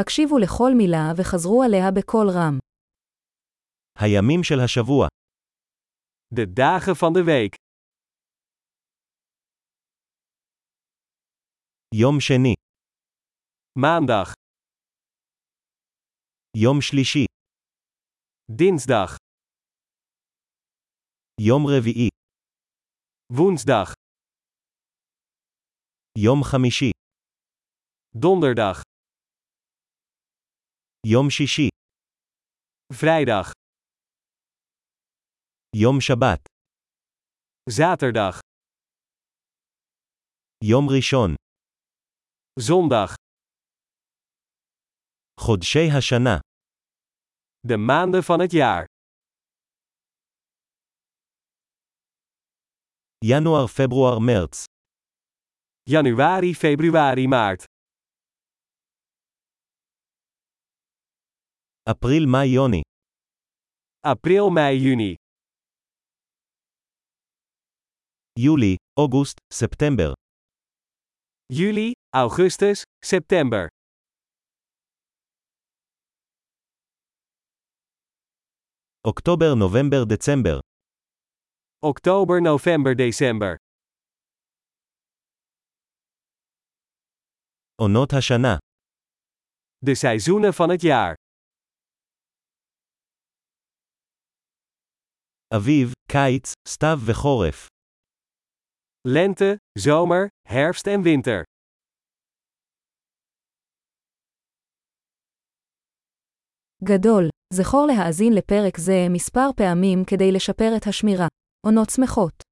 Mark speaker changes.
Speaker 1: הקשיבו לכל מילה וחזרו עליה בקול רם.
Speaker 2: הימים של השבוע,
Speaker 3: De dagen van de week.
Speaker 2: יום שני,
Speaker 3: Maandag,
Speaker 2: יום שלישי,
Speaker 3: dinsdag,
Speaker 2: יום רביעי,
Speaker 3: woensdag,
Speaker 2: יום חמישי,
Speaker 3: donderdag,
Speaker 2: יום שישי,
Speaker 3: vrijdag,
Speaker 2: יום שבת,
Speaker 3: zaterdag,
Speaker 2: יום ראשון,
Speaker 3: zondag.
Speaker 2: חודשי השנה,
Speaker 3: De maanden van het jaar.
Speaker 2: ינואר, פברואר, מרץ,
Speaker 3: Januari, februari, maart.
Speaker 2: אפריל, מאי, יוני,
Speaker 3: April, mei, juni.
Speaker 2: יולי, אוגוסט, ספטמבר,
Speaker 3: Juli, augustus, september.
Speaker 2: אוקטובר, נובמבר, דצמבר,
Speaker 3: Oktober, november, december.
Speaker 2: עונות השנה,
Speaker 3: De seizoenen van het jaar.
Speaker 2: אביב, קיץ, סתיו וחורף,
Speaker 3: Lente, zomer, herfst en winter.
Speaker 1: גדול, זכור להאזין לפרק זה מספר פעמים כדי לשפר את השמירה. עונות שמחות.